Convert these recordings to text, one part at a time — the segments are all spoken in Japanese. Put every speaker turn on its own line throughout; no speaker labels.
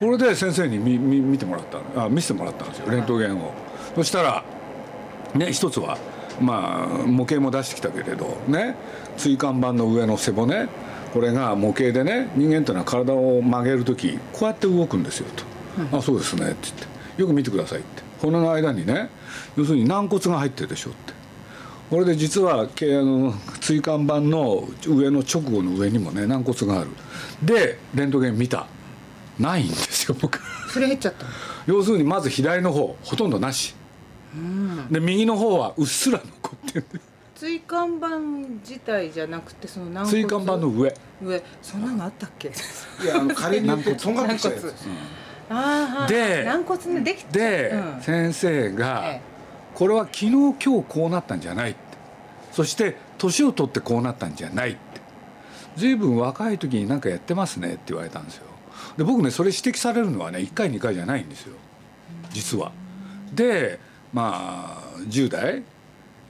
これで先生に見見見てもらったあ見せてもらったんですよレントゲンをそしたらね一つはまあ模型も出してきたけれどね椎間板の上の背骨これが模型でね人間ってのは体を曲げる時こうやって動くんですよと「あそうですね」って言って「よく見てください」って骨の間にね要するに軟骨が入ってるでしょってこれで実はけあの椎間板の上の直後の上にもね軟骨があるでレントゲン見たないんですよ僕
それ減っちゃったの
要するにまず左の方ほとんどなし、で右の方はうっすら残ってる
椎間板自体じゃなくてその軟骨
椎間板の上
上そんなのあったっ け
いやあの加齢によってとんがってきたやつです
あーはー
で
軟骨ねできて
で、
うん
先生が、
ええ
これは昨日今日こうなったんじゃない」ってそして年を取ってこうなったんじゃないって「随分若い時に何かやってますね」って言われたんですよで僕ねそれ指摘されるのはね1回2回じゃないんですよ実はでまあ10代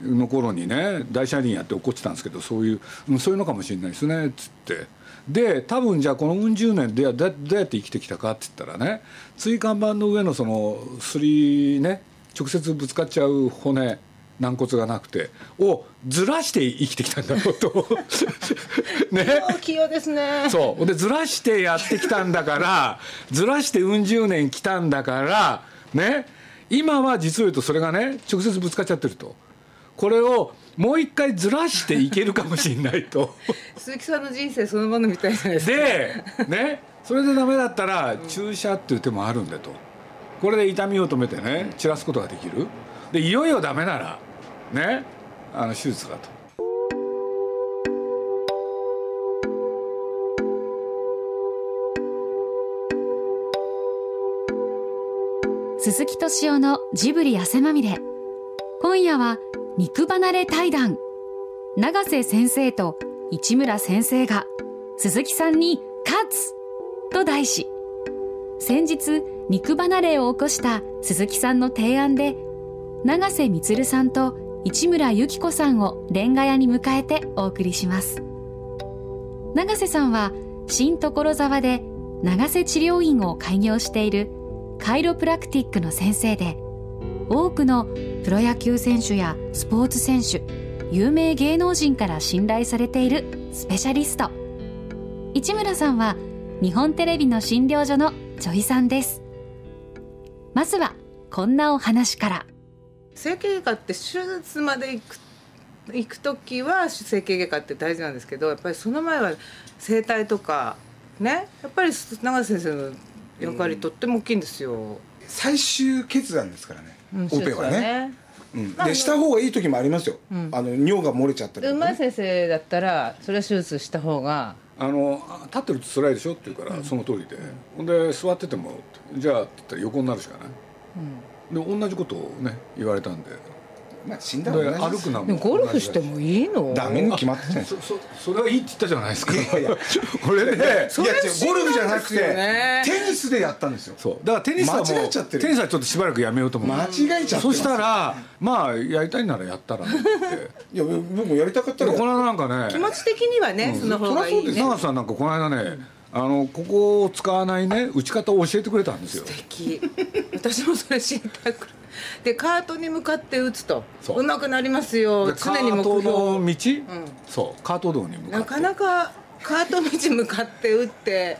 の頃にね大車輪やって落っこちたんですけどそういう、うん、そういうのかもしれないですねっつってで多分じゃあこのうん十年でどうやどうやって生きてきたかって言ったらね椎間板の上のそのすりね直接ぶつかっちゃう骨軟骨がなくてをずらして生きてきたんだろうとね
お器用ですね
そうでずらしてやってきたんだからずらしてうん十年来たんだからね今は実を言うとそれがね直接ぶつかっちゃってるとこれをもう一回ずらしていけるかもしれない と
鈴木さんの人生そのものみたいじゃないですか
でねそれでダメだったら注射っていう手もあるんだとこれで痛みを止めてね散らすことができるでいよいよダメならねあの手術だと。
鈴木敏夫のジブリ汗まみれ今夜は肉離れ対談永瀬先生と市村先生が鈴木さんに勝つと題し先日肉離れを起こした鈴木さんの提案で永瀬充さんと市村由紀子さんをレンガ屋に迎えてお送りします永瀬さんは新所沢で永瀬治療院を開業しているカイロプラクティックの先生で多くのプロ野球選手やスポーツ選手有名芸能人から信頼されているスペシャリスト市村さんは日本テレビの診療所の女医さんですまずはこんなお話から
整形外科って手術まで行く行く時は整形外科って大事なんですけどやっぱりその前は整体とかねやっぱり永瀬先生の役割とっても大きいんですよ、
最終決断ですからね、
うん
オペはねうん、
あの
でした方がいい時もありますよ、
ん
あの尿が漏れちゃったり
で
と
う
かね
まい先生だったらそれは手術した方が
あのあ立ってると辛いでしょって言うから、その通りでほんで座っててもじゃあって言ったら横になるしかない、で同じことをね言われたんで
まあ死ん
で
だら
歩くな
でもゴルフしてもいいの
ダメに決まってたじゃないです
そ
か
そそれはいいって言ったじゃないですか
いやいや
これ で
それ
いや違うゴルフじゃなく
死ん
て、
だんです
テニスでやったんですよ
そうだからテニスはもう
間違えちゃってる
テニスはちょっとしばらくやめようと思う
間違えちゃって
そしたらまあやりたいならやったらって
いや僕もやりたかった
で
ら
この間なんかね
気持ち的にはね、その方がいいね
長瀬さんなんかこの間ね、あのここを使わないね打ち方を教えてくれたんですよ
素敵私もそれ知りたくでカートに向かって打つと
そう
うまくなりますよ
で
常に目
カート
標
の道、そうカート道に向かって
なかなかカート道向かって打って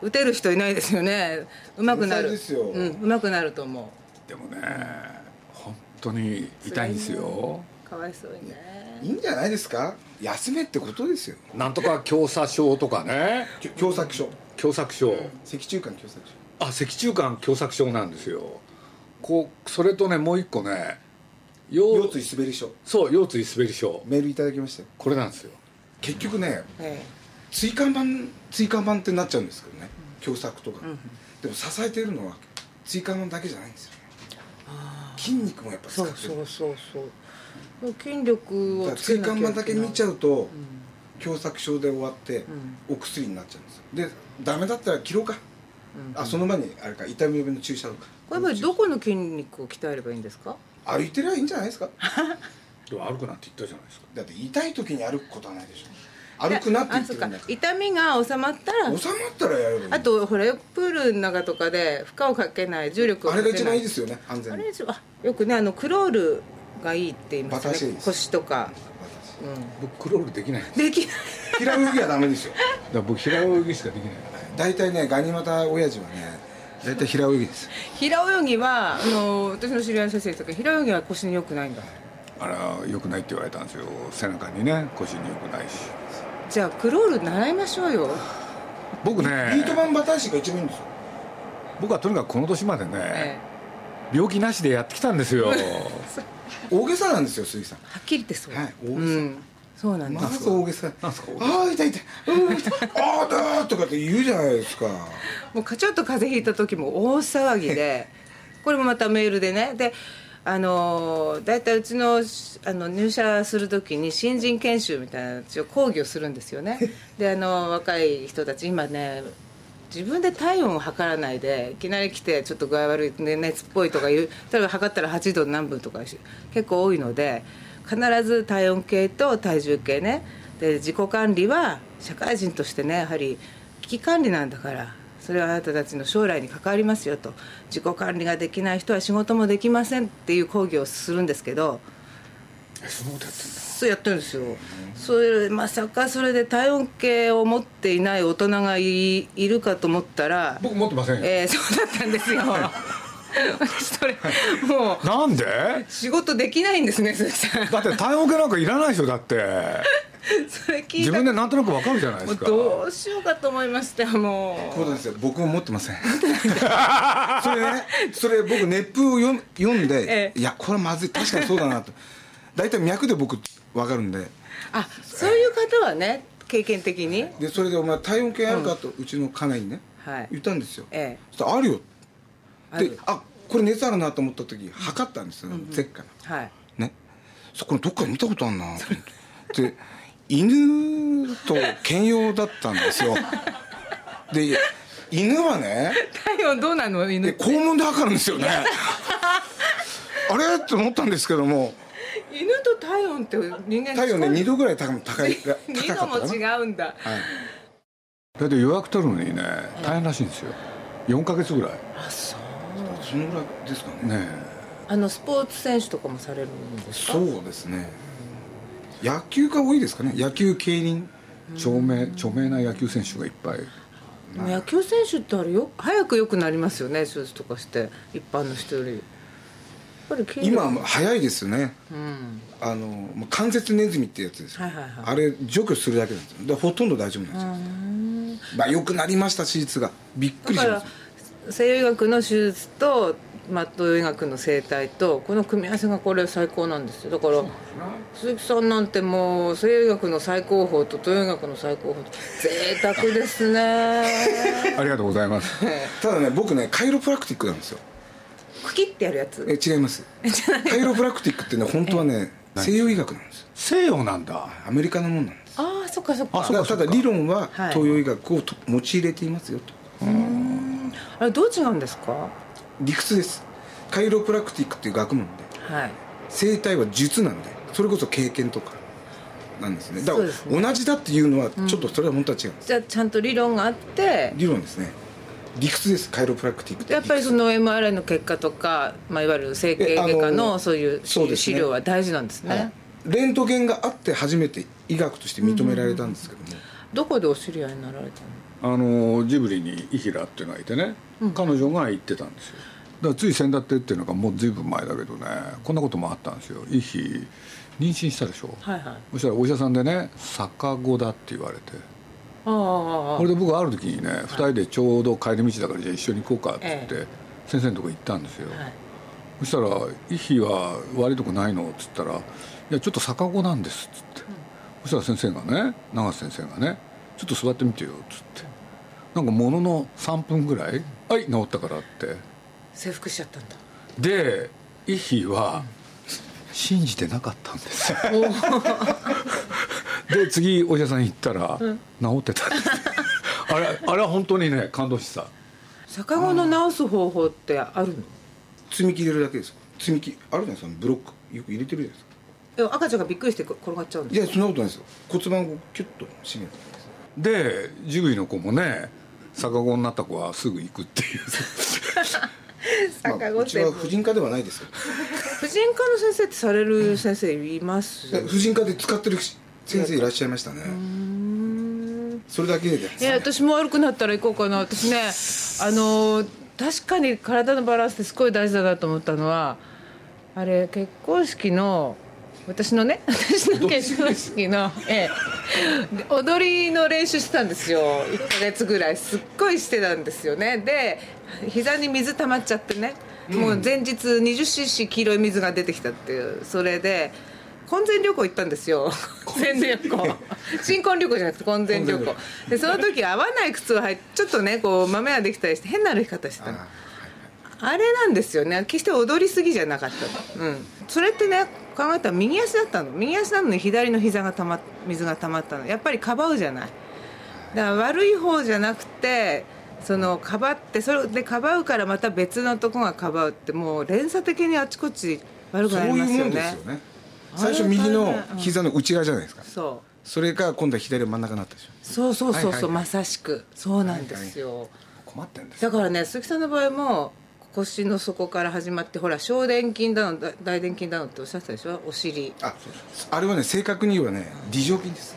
打てる人いないですよねうまくなる
天才ですよ
うん、うまくなると思
でもね本当に痛いんですよ
うかわいそうにね
いいんじゃないですか休めってことですよ
なんとか狭左症とかね
きょ狭窄症
狭窄症、
脊柱管狭窄症
あ脊柱管狭窄症なんですよこうそれとねもう一個ね腰
腰椎滑り症
そう腰椎滑り症
メールいただきましたよ
これなんですよ
結局ね
え
椎間板椎間板ってなっちゃうんですけどね狭窄とか、でも支えてるのは椎間板だけじゃないんですよね筋肉もやっぱ
え
使
そ
っ
う
てる
そうそうそう筋力
だか
を
ら
つけ
椎
なきゃいけな
間
い
板だけ見ちゃうと狭窄症で終わって
ん
お薬になっちゃうんですよでダメだったら切ろうか、あその前にあれか痛み止めの注射とか
これやっぱりどこの筋肉を鍛えればいいんですか
歩いてりゃいいんじゃないですか
でも歩くなんて言ったじゃないですか
だって痛い時に歩くことはないでしょ歩くなって
あ
言って
そう
る
か
んだから
痛みが収まったら
収まったらやればいい
あとほらプールの中とかで負荷をかけない重力を
あ
か
れ
けない
が一番いいですよね安全
あ
に
れ一番あよくねあのクロールがいいって言いま
バ
す
タ足
よ
いい
ね
です
腰とか、
私
う
僕クロールできないだか
ん、できない
平泳ぎはダメですよ
ら僕平泳ぎしかできない
大体ねガニ股親父はね大体平泳ぎです
平泳ぎはあの私の知り合いの先生とか平泳ぎは腰に良くないんだ
あら良くないって言われたんですよ背中にね腰に良くないし
じゃあクロール習いましょうよ
僕
ビー
ね
ト板バタ足が一番いいんですよ
僕はとにかくこの年までね、
え
病気なしでやってきたんですよ
大げさなんですよ鈴木さん
えはっきり言ってそう、
はい大げさ
うん、そうなんで
ますず大げさ
な
あ
んすか
あ痛い痛いうん痛いああだーとかって言うじゃないですか
もうかちょっと風邪ひいた時も大騒ぎでこれもまたメールでねであのー大体うちのあの入社する時に新人研修みたいな一応講義をするんですよねであの若い人たち今ね自分で体温を測らないでいきなり来てちょっと具合悪い、ね、熱っぽいとかいう例えば測ったら8度何分とかし結構多いので必ず体温計と体重計ねで自己管理は社会人としてねやはり危機管理なんだからそれはあなたたちの将来に関わりますよと自己管理ができない人は仕事もできませんっていう講義をするんですけどそうやってるんですよ、それまさかそれで体温計を持っていない大人がいいるかと思ったら、
僕持ってませんよ、
えーそうだった んですよ私それもう
なんで
仕事できないんですね鈴木さん
だって体温計なんかいらないでしょだ って
それ聞い
自
た
分でなんとなくわかるじゃないで
もう
すか
どうしようかと思いましたも
そうなんですよ僕も持ってません それねそれ僕熱風を読読んで
ええ
いやこれまずい確かにそうだなと大体脈で僕分かるんで
あそういう方はね経験的に
でそれで「お前体温計あるか?」とうちの家内にね
はい
言ったんですよ
ええ
そしたら「あるよ」
あ
で
る
あこれ熱あるなと思った時測ったんですよせっか
はい
らねそこのどっかで見たこ とあんなと思ってで犬と兼用だったんですよで犬はね
体温どうなの犬
で
って
肛門で測るんですよね あれって思ったんですけども
犬と体温って人間
体温ね
近い
2度ぐらい 高い高い高か
二
った
度も
かな
違うんだ
はい
だって予約取るのにね大変らしいんですよ4か月ぐらい
そのぐらいですかね
ね
あのスポーツ選手とかもされるんですか
そうですね野球が多いですかね野球競輪
え著名著名な野球選手がいっぱい
でも野球選手ってあれよ早く良くなりますよね手術とかして一般の人よりやっぱり筋力
今はもう早いですよね
うん
あのもう関節ネズミってやつですよ、
はいはいはい
あれ除去するだけなんですよでほとんど大丈夫なんですよ、まあ、よくなりました手術がびっ
だ
くり
か
しま
ら
す
西洋医学の手術とマット医学の生態とこの組み合わせがこれ最高なんですよだから鈴木さんなんてもう西洋医学の最高峰と東洋医学の最高峰と贅沢ですね
ありがとうございます
ただね僕ねカイロプラクティックなんですよ
クキってやるやつ
え違いますカイロプラクティックってね本当はね西洋医学なんですよ
西洋なんだ
アメリカのもんなんです
ああそっかそっか
だからただ理論は
はい
東洋医学をと用い入れていますよと
あれどう違うんですか
理屈ですカイロプラクティックっていう学問で
はい
生態は術なんでそれこそ経験とかなんですねだか
そうですね
ら同じだっていうのはちょっとそれは本当は違うんです、
じゃあちゃんと理論があって
理論ですね理屈ですカイロプラクティックって
やっぱりその MRI の結果とか、まあ、いわゆる整形外科
え
の
あの
そういう
そうですね
資料は大事なんですね
はいレントゲンがあって初めて医学として認められたんですけども、
どこでお知り合いになられたの
あのジブリにイヒラっていうのがいてね、彼女が行ってたんですよだからつい先だってっていうのがもうずいぶん前だけどねこんなこともあったんですよイヒ妊娠したでしょ、
はいはい
そしたらお医者さんでね「逆子だ」って言われて
あああ
これで僕ある時にね2人でちょうど帰り道だからじゃあ一緒に行こうかって言って、
え
先生のとこ行ったんですよ、
あはい
そしたら「イヒは悪いとこないの?」っつったら「いやちょっと逆子なんです」っつって、そしたら先生がね永瀬先生がね「ちょっと座ってみてよ」っつってなんかものの3分ぐらい「はい治ったから」って
征服しちゃったんだ
でイヒは信じてなかったんですよ で次お医者さん行ったら、治ってたんですよあれあれは本当にね感動してた
逆子の治す方法ってあるの
積み木入れるだけです積み木あるじゃないですかブロックよく入れてるじゃないですか
え赤ちゃんがびっくりして転がっちゃうん
い
です
やそんなことないですよ骨盤をキュッと締める
でジブリの子もね逆子になった子はすぐ行くって いう
か
まあうちは婦人科ではないですよ
婦人科の先生ってされる先生います、
え婦人科で使ってる先生いらっしゃいましたねそれだけでです
いや私も悪くなったら行こうかな私ねあのー確かに体のバランスってすごい大事だなと思ったのはあれ結婚式の私のね 私の結婚式の、ええ、で踊りの練習してたんですよ1ヶ月ぐらいすっごいしてたんですよねで膝に水溜まっちゃってねもう前日 20cc 黄色い水が出てきたっていうそれで婚前旅行行ったんですよ婚前旅行新婚旅行じゃなくて婚前旅行でその時合わない靴を履いてちょっとねこう豆ができたりして変な歩き方してたのあれなんですよね決して踊りすぎじゃなかったの、うん、それってね考えたら右足だったの右足なのに左の膝がたま水が溜まったのやっぱりかばうじゃないだから悪い方じゃなくてそのかばってそれでかばうからまた別のとこがかばうってもう連鎖的にあちこち悪く
そ
な
う
り
い
ま
う
すよ
もんです
ね
よね最初右の膝の内側じゃないですか
そう
それが今度は左の真ん中になったでしょ
そうそうそうそう、
はいはいはい
まさしくそうなんですよ、
困ってんです
だからね鈴木さんの場合も腰の底から始まってほら小臀筋だのだ大臀筋だのっておっしゃってたでしょお尻
ああれはね正確に言えばね理状筋です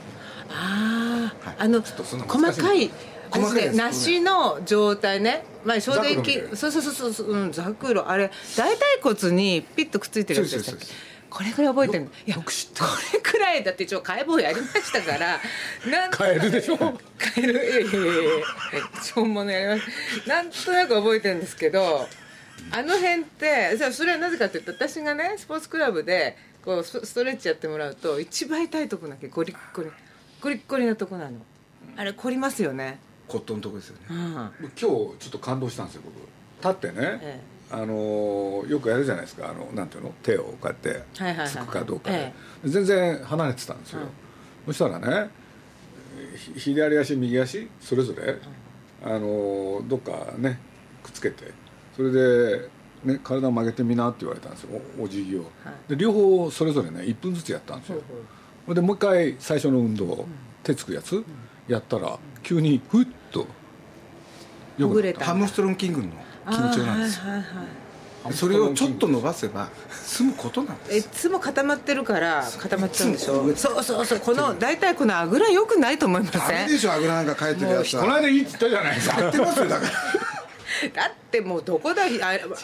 ああ、
はい
あの
ちょっとそんな難しい
細かい
細かいやつ
梨の状態ね前小臀
ザクロみたい
筋
な
そうそうそうそううんザクロあれ大腿骨にピッとくっついてるやつでしたっけ
そうですそうです
これくらい覚えてるのいやこれくらいだって一応解剖やりましたから なん
カエルでしょ
カエルいやいやいやいや本物やりますなんとなく覚えてるんですけどあの辺ってじゃあそれはなぜかというと私がねスポーツクラブでこうスストレッチやってもらうと一番痛いとこだけゴリッゴリゴリッゴリなとこなのあれ凝りますよね
骨頭のとこですよね
うん
今日ちょっと感動したんですよ僕立ってね、
え
あのーよくやるじゃないですかあのなんていうの手をこうやって
はいはいはい
つくかどうかで、
え
全然離れてたんですよ、
う
そ
ん
したらねひ左足右足それぞれ、あのーどっかねくっつけてそれで、ね、体曲げてみなって言われたんですよおお辞儀を、で両方それぞれね1分ずつやったんですよ、ほんでもう一回最初の運動、手つくやつやったら急にふっと良
ほぐ
くな
れ
った
ハムストロンキングの緊張なんですよ
あーはいはいはい
た
それをちょっと伸ばせば済むことなん
え
で
い
すよ
つも固まってるから固まっちゃうんでし
いつも
ょそうそうそうこの大体このあぐらよくないと思いま
ダ
せ
メ
ん
でしょあぐらなんか書いてるやつ
この
は
間いいって言ったじゃないですか
やってますよだから
だってもうどこだあ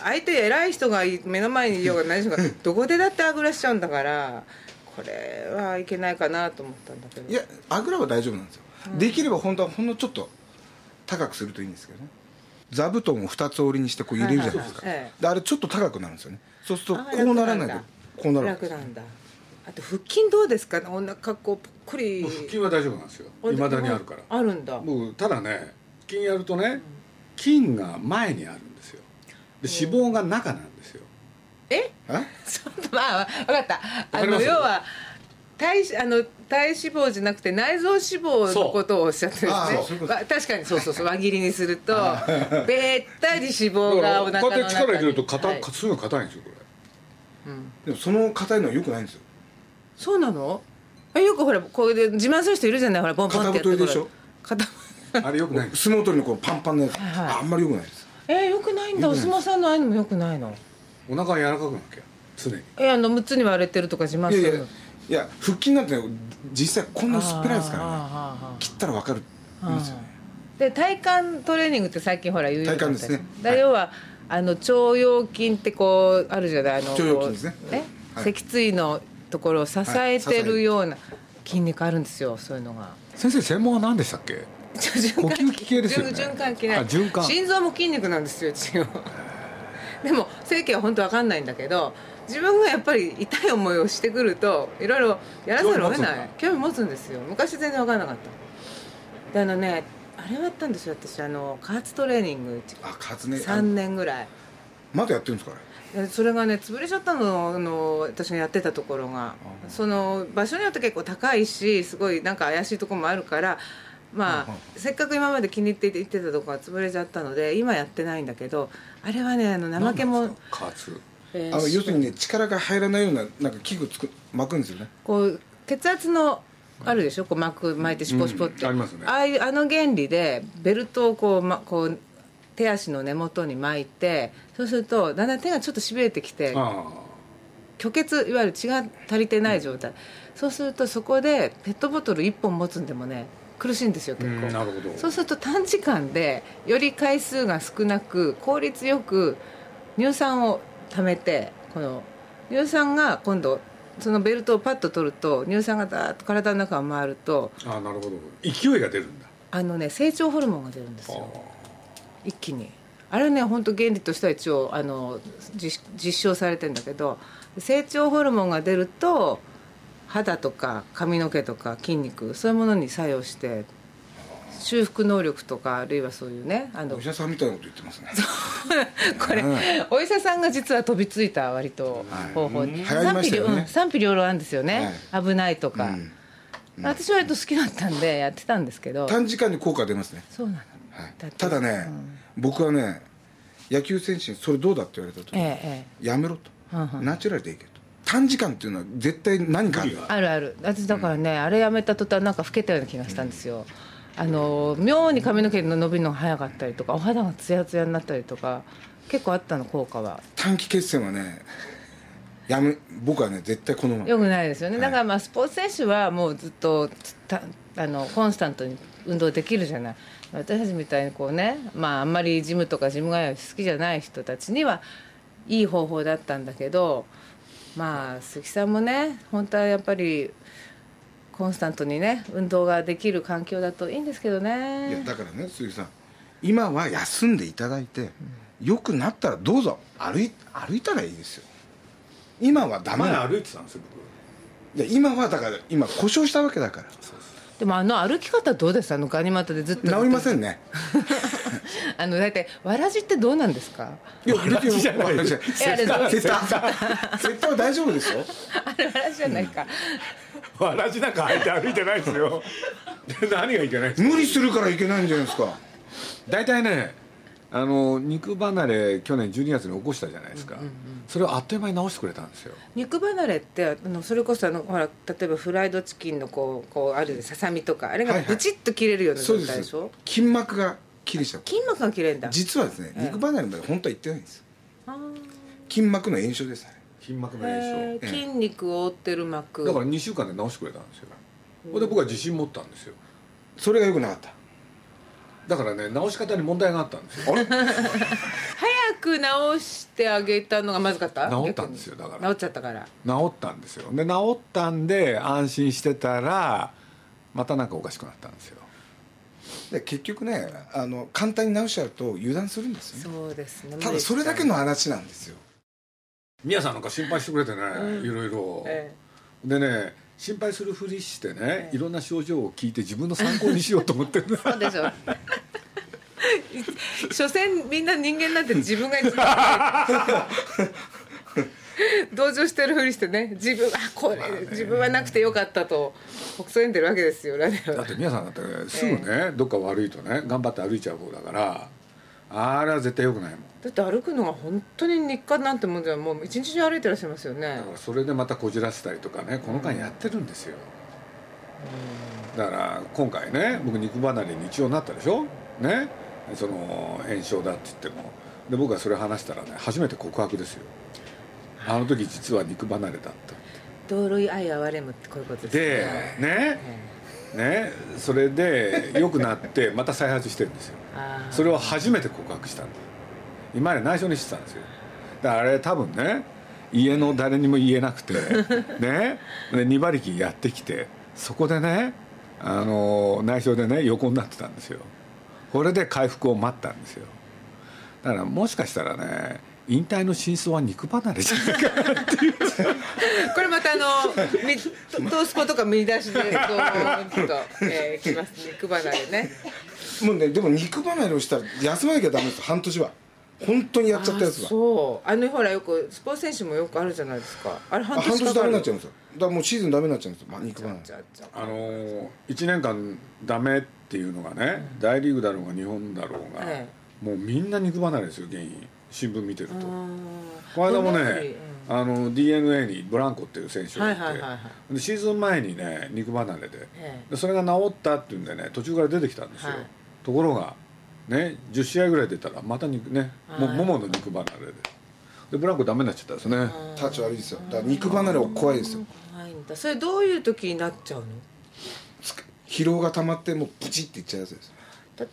相手偉い人が目の前にいようが何しようがどこでだってあぐらしちゃうんだからこれはいけないかなと思ったんだけど
いやあぐらは大丈夫なんですよ、できれば本当はほんのちょっと高くするといいんですけどね座布団を二つ折りにしてこう入れるじゃないですか、
はいはいはいえ
であれちょっと高くなるんですよねそうすると
あ
こうならな
楽ん
い
だ
とこうなるんで
楽
す
なんだあと腹筋どうですかお腹こうぽっこり
腹筋は大丈夫なんですよ
あ
いまだにあるから
あるんだ
僕ただね腹筋やるとね筋が前にあるんですよで脂肪が中なんですよ
え
え
ちょっとまあ分かったあ
かりま
の
す
要は体あの体脂肪じゃなくて内臓脂肪のことをおっしゃってるん
そうああ
です
そ
ね
ういうこと
わ確かにそうそうそう輪切りにするとべったり脂肪がお腹
こ
の
う
中
やって
に
力入れると硬、
はい
すぐ硬いんですよこれ
でもその硬いのはよくないんですよ
そうなのえよくほらこれで自慢する人いるじゃないほらボンボンってやって
片太りでしょ
片
あれよくないんです
相撲取りのこうパンパンのやつ、
はい
あんまりよくないです
えよくないんだお相撲さんのああいうのもよくないの
お腹が柔らかくなきゃ常に
えあの6つに割れてるとか自慢
い
す
やいや
るの
いや腹筋なんてね実際こんな薄っぺらいですからね
ら
切ったらわかるんですよね
で体幹トレーニングって最近ほら言うようになった
体幹ですね
だ
はい
要はあの腸腰筋ってこうあるじゃないあの
腸腰筋ですね
こう
はい
脊椎のところを支えてるような筋肉あるんですよそういうのが。
先生専門は何でしたっけ 呼吸器系ですよね
循環器ね
あ循環
心臓も筋肉なんですよ一応 でも整形は本当わかんないんだけど自分がやっぱり痛い思いをしてくるといろいろやらざるを得ない興味持つんですよ昔全然わかんなかったであのねあれをやったんですよ私あの加圧トレーニング
あカツね
3年ぐらい
まだやってるんですか
でそれがね潰れちゃったのあの私がやってたところがその場所によって結構高いしすごいなんか怪しいところもあるからまあ、
うんうん
せっかく今まで気に入って行ってたところが潰れちゃったので今やってないんだけどあれはねあの
あれ
怠けも
加圧
えー
あの要するにね力が入らないようななんか器具つく巻くんですよね
こう血圧のあるでしょこう巻く巻いてシュポシュポって、
うんありますね
ああいうあの原理でベルトをこう,、ま、こう手足の根元に巻いてそうするとだんだん手がちょっとしびれてきて
あ
虚血いわゆる血が足りてない状態、そうするとそこでペットボトル1本持つんでもね苦しいんですよ
あう
結
ん
構、
なるほど
そうすると短時間でより回数が少なく効率よく乳酸を貯めてこの乳酸が今度そのベルトをパッと取ると乳酸がダーッと体の中を回ると
ああなるほど勢いが出るんだ
あのね成長ホルモンが出るんです
あ
よ一気にあれはね本当原理としては一応あの実実証されてんだけど成長ホルモンが出ると肌とか髪の毛とか筋肉そういうものに作用して修復能力とかあるいはそういうねあの
お医者さんみたいなこと言ってますね
これ、お医者さんが実は飛びついた割と方法に、
はい流行りま
賛
し
否
た
両
よね
うん賛否両論あるんですよね、危ないとか、
うん
私割と好きだったんでやってたんですけど、
短時間に効果出ますね、
そうなの、
はい
だって
ただね、僕はね野球選手にそれどうだって言われた時、
えええ
やめろと、
うんうん
ナチュラルでいけと短時間っていうのは絶対何かある
無理
えあるある私だからね、あれやめた途端なんか老けたような気がしたんですよ、あの妙に髪の毛の伸びるのが早かったりとかお肌がツヤツヤになったりとか結構あったの効果は
短期決戦はねやめ僕はね絶対このまま
よくないですよね、だからまあスポーツ選手はもうずっとつたあのコンスタントに運動できるじゃない私たちみたいにこうね、まあ、あんまりジムとかジム通い好きじゃない人たちにはいい方法だったんだけどまあ鈴木さんもね本当はやっぱりコンスタントにね運動ができる環境だといいんですけど
いや
ね
だからね鈴木さん今は休んでいただいて、良くなったらどうぞ歩い歩いたらいいですよ今はダメ
前
なの
歩いてたんですよ
いや今はだから今故障したわけだから
でもあの歩き方どうですあのガニ股でずっと
治りませ
ん
んね
あの大体わらじってどうなんですか
いや別に
じゃない
私
やあれどう
絶対絶対は大丈夫ですよ
あれわらじじゃないか、
僕わらじなんか履いて歩いてないですよ 何がいけないんですか
無理するからいけないんじゃないですか
大体ねあの肉離れ去年12月に起こしたじゃないですか、それをあっという間に治してくれたんですよ
肉離れってあのそれこそあのほら例えばフライドチキンのこうこうあるささみとかあれ
は
が
いはい
ブチッと切れるような状
そうで
態ですしょ、
筋膜が切れちゃう
筋膜が切れるんだ
実はですね肉離れまで本当は言ってないんですよ
あー
筋膜の炎症ですね
筋膜の
へ
炎
ー筋肉を覆ってる膜
症だから2週間で治してくれたんですよそれで僕は自信持ったんですよ
それが良くなかった
だからね治し方に問題があったんですよ
早く直してあげたのがまずかった
治ったんですよだから
逆に治っちゃったから
治ったんですよで治ったんで安心してたらまたなんかおかしくなったんですよ
で結局ねあの簡単に直しちゃうと油断するんですよね
そうですね
ただそれだけの話なんですよ
宮さんなんか心配してくれてね、
うん
いろいろ、
え
でね心配するふりしてね、いろんな症状を聞いて自分の参考にしようと思って る
えそうでしょ 所詮みんな人間なんて自分が一番 同情してるふりしてね自分はこれ、自分はなくてよかったとほくそ笑んでるわけですよラジオ
だって皆さんだってねすぐね、どっか悪いとね頑張って歩いちゃう方だからあれは絶対良くないもん
だって歩くのが本当に日課なんてもんじゃもう一日中歩いてらっしゃいますよね
だからそれでまたこじらせたりとかねこの間やってるんですよ、だから今回ね僕肉離れに一応なったでしょねその炎症だって言ってもで僕がそれ話したらね初めて告白ですよあの時実は肉離れだった
道路愛哀れむってこういうことです
でねねそれで良くなってまた再発してるんですよ
あー
それを初めて告白したんだ今まで内緒にしてたんですよだからあれ多分ね家の誰にも言えなく てねで2馬力やってきてそこでねあの内緒でね横になってたんですよこれで回復を待ったんですよだからもしかしたらね引退の真相は肉離れじゃ ないか
これまたあの みトトースポとか見出しでこうちょっと、えー、きます肉離れね
もうねでも肉離れをしたら休まなきゃダメです半年は本当にやっちゃったやつ
あ
は
そうあのほらよくスポーツ選手もよくあるじゃないですかあれ半
あ半
年か
年
かる
ダメになっちゃうんですよだからもうシーズンダメになっちゃうんですよ、まあ、肉離れ
じゃあじゃあ
あの1年間ダメっていうのがね大リーグだろうが日本だろうが、
ええ
もうみんな肉離れですよ原因新聞見てると
あー
この間も
どんな薬
ね、あの d n a にブランコっていう選手
うん
が
はい
いて、
はいはいはい
でシーズン前にね肉離れで
ええ
でそれが治ったっていうんでね途中から出てきたんですよ、
はい
ところがね10試合ぐらい出たらまた肉ねも
はい
ももの肉離れででブランコダメになっちゃったんですね、
立ち悪いですよだから肉離れは怖いですよ
怖いんだそれどういう時になっちゃうの
疲労が溜まってもうプチっていっちゃうやつです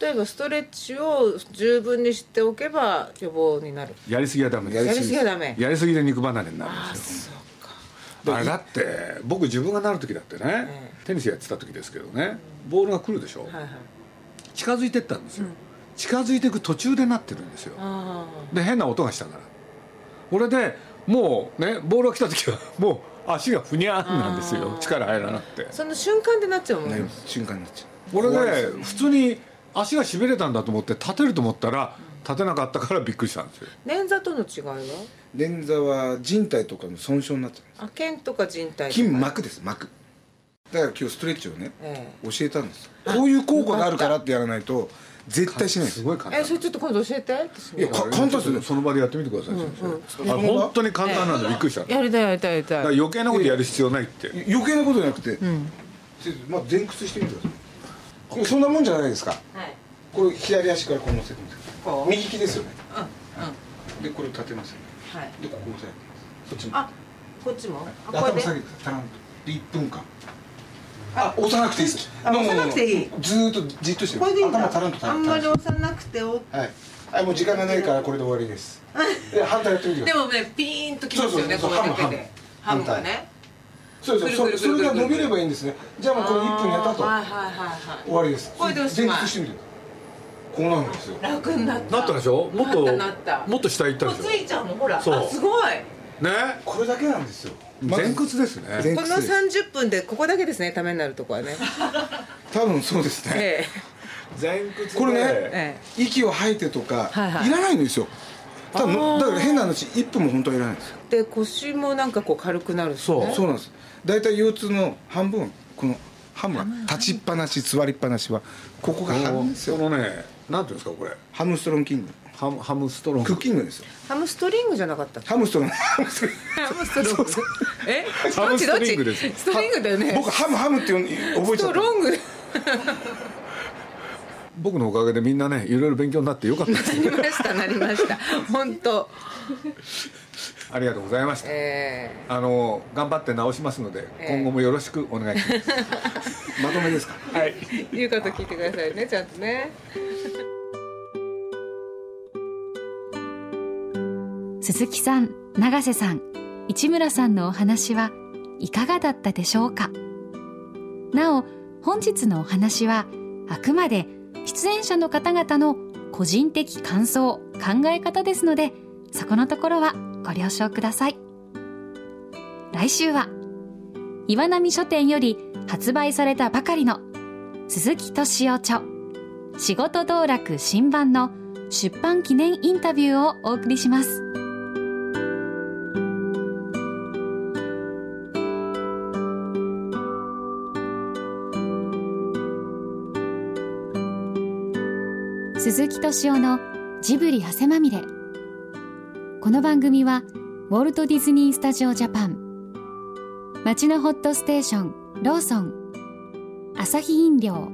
例えばストレッチを十分にしておけば予防になる
やりすぎはダメです
やりすぎはダメ
やりすぎで肉離れになるん
あ
ですよ
そうか
あれだって僕自分がなる時だってね、
え
テニスやってた時ですけどねボールが来るでしょ、
はいはい
近づいてったんですよ、近づいていく途中でなってるんですよ
あ
で変な音がしたからこれでもうねボールが来た時は もう足がふにゃーんなんですよ力入らなくて
あその瞬間でなっちゃうもん
な
ね
ります瞬間になっちゃう
これ
怖いです
で
よ
普通に足がしびれたんだと思って立てると思ったら立てなかったからびっくりしたんですよ
捻挫との違いは
捻挫は靭帯とかの損傷になっちゃ
あ腱とか靭帯とか
う筋膜です膜だから今日ストレッチをね
え
教えたんですよこういう効果があるからってやらないと絶対しないです
すごい簡
え
単
えそれちょっと今度教えて私も
いやか簡単ですよね
その場でやってみてください、先生あれ本当に簡単なんでびっくりした、だか
やりたいやりたいやりた
ら
い
余計なことやる必要ないって、
余計なことじゃなくて、先生まあ、前屈してみてくださいそんなもんじゃないですか
はい
これ左足からこう乗せてみて
こう
右利きですよね
うんうん
でこれを立てますよね
はい
でここ押さえてますそっちも
あこっちもあ
で
これ
頭
で
下げてくださいタランとで1分間あ押さなくていいです
あ押さなくていい
ノーノーノーずーっとじっとして
これでいいん
頭タランと
だ
タラ
あ
ン
ん
と
まり
垂ら
押
して
さなくてお
はいはいもう時間がないからこれで終わ りですで反対やってみてく
で
ださい
もねピーンときますよね
そうそうそう
これだけで
ハ
ハ
ム
ム
ハム
がね
そうですそ
くるくる
それが
くるくる
伸びればいいんですねじゃあもうこれ1分やったと
あーはいはいはい
終
は
わりです
これでおしまい
前屈してみてくださいこうなるんですよ
い楽になった
なったでしょもっと
なったなった
もっと下行った
も
で
う
し
ついちゃうのほらあ
そう
すごい
ょね
これだけなんですよ
前屈ですね
前
この
屈です
30分でここだけですねためになるとこはね
多分そうですね
え
前屈で
これね
え
息を吐いてとか、
はい
い
はい
らないんですよ多
あ
分
ー
だから変な話1分も本当はいらないんですよ
えで腰もなんかこう軽くなるしね
そう
そうなんです大体腰痛の半分このハムが立ちっぱなし座りっぱなしはここ
こ
がハムですよ
のねなんていうんですかこれ
ハムストロン筋肉
ハムハムストロン
ク
グ
ッキングですよ
ハムストリングじゃなかったっけ
ハムストロンハムストロン
ハムストロングえ
ハ
どっ
ム
ち
ス
どっ
ト
ち
リングです
ストリングだよね
僕ハムハムって呼ん覚え
ス
ちゃ
ト
った
ロング
僕のおかげでみんなねいろいろ勉強になってよかったです
なりましたなりました本当
ありがとうございました
え
あの頑張って直しますので
ええ
今後もよろしくお願いします
まとめですか
え言うこと聞いてくださいねちゃんとね
鈴木さん永瀬さん市村さんのお話はいかがだったでしょうかなお本日のお話はあくまで出演者の方々の個人的感想考え方ですのでそこのところはご了承ください来週は岩波書店より発売されたばかりの鈴木敏夫著仕事道楽新版の出版記念インタビューをお送りします鈴木敏夫のジブリ汗まみれこの番組はウォルト・ディズニー・スタジオ・ジャパン町のホットステーションローソンアサヒ飲料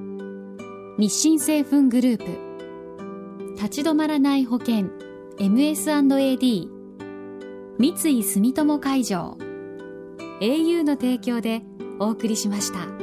日清製粉グループ立ち止まらない保険 MS&AD 三井住友海上 au の提供でお送りしました。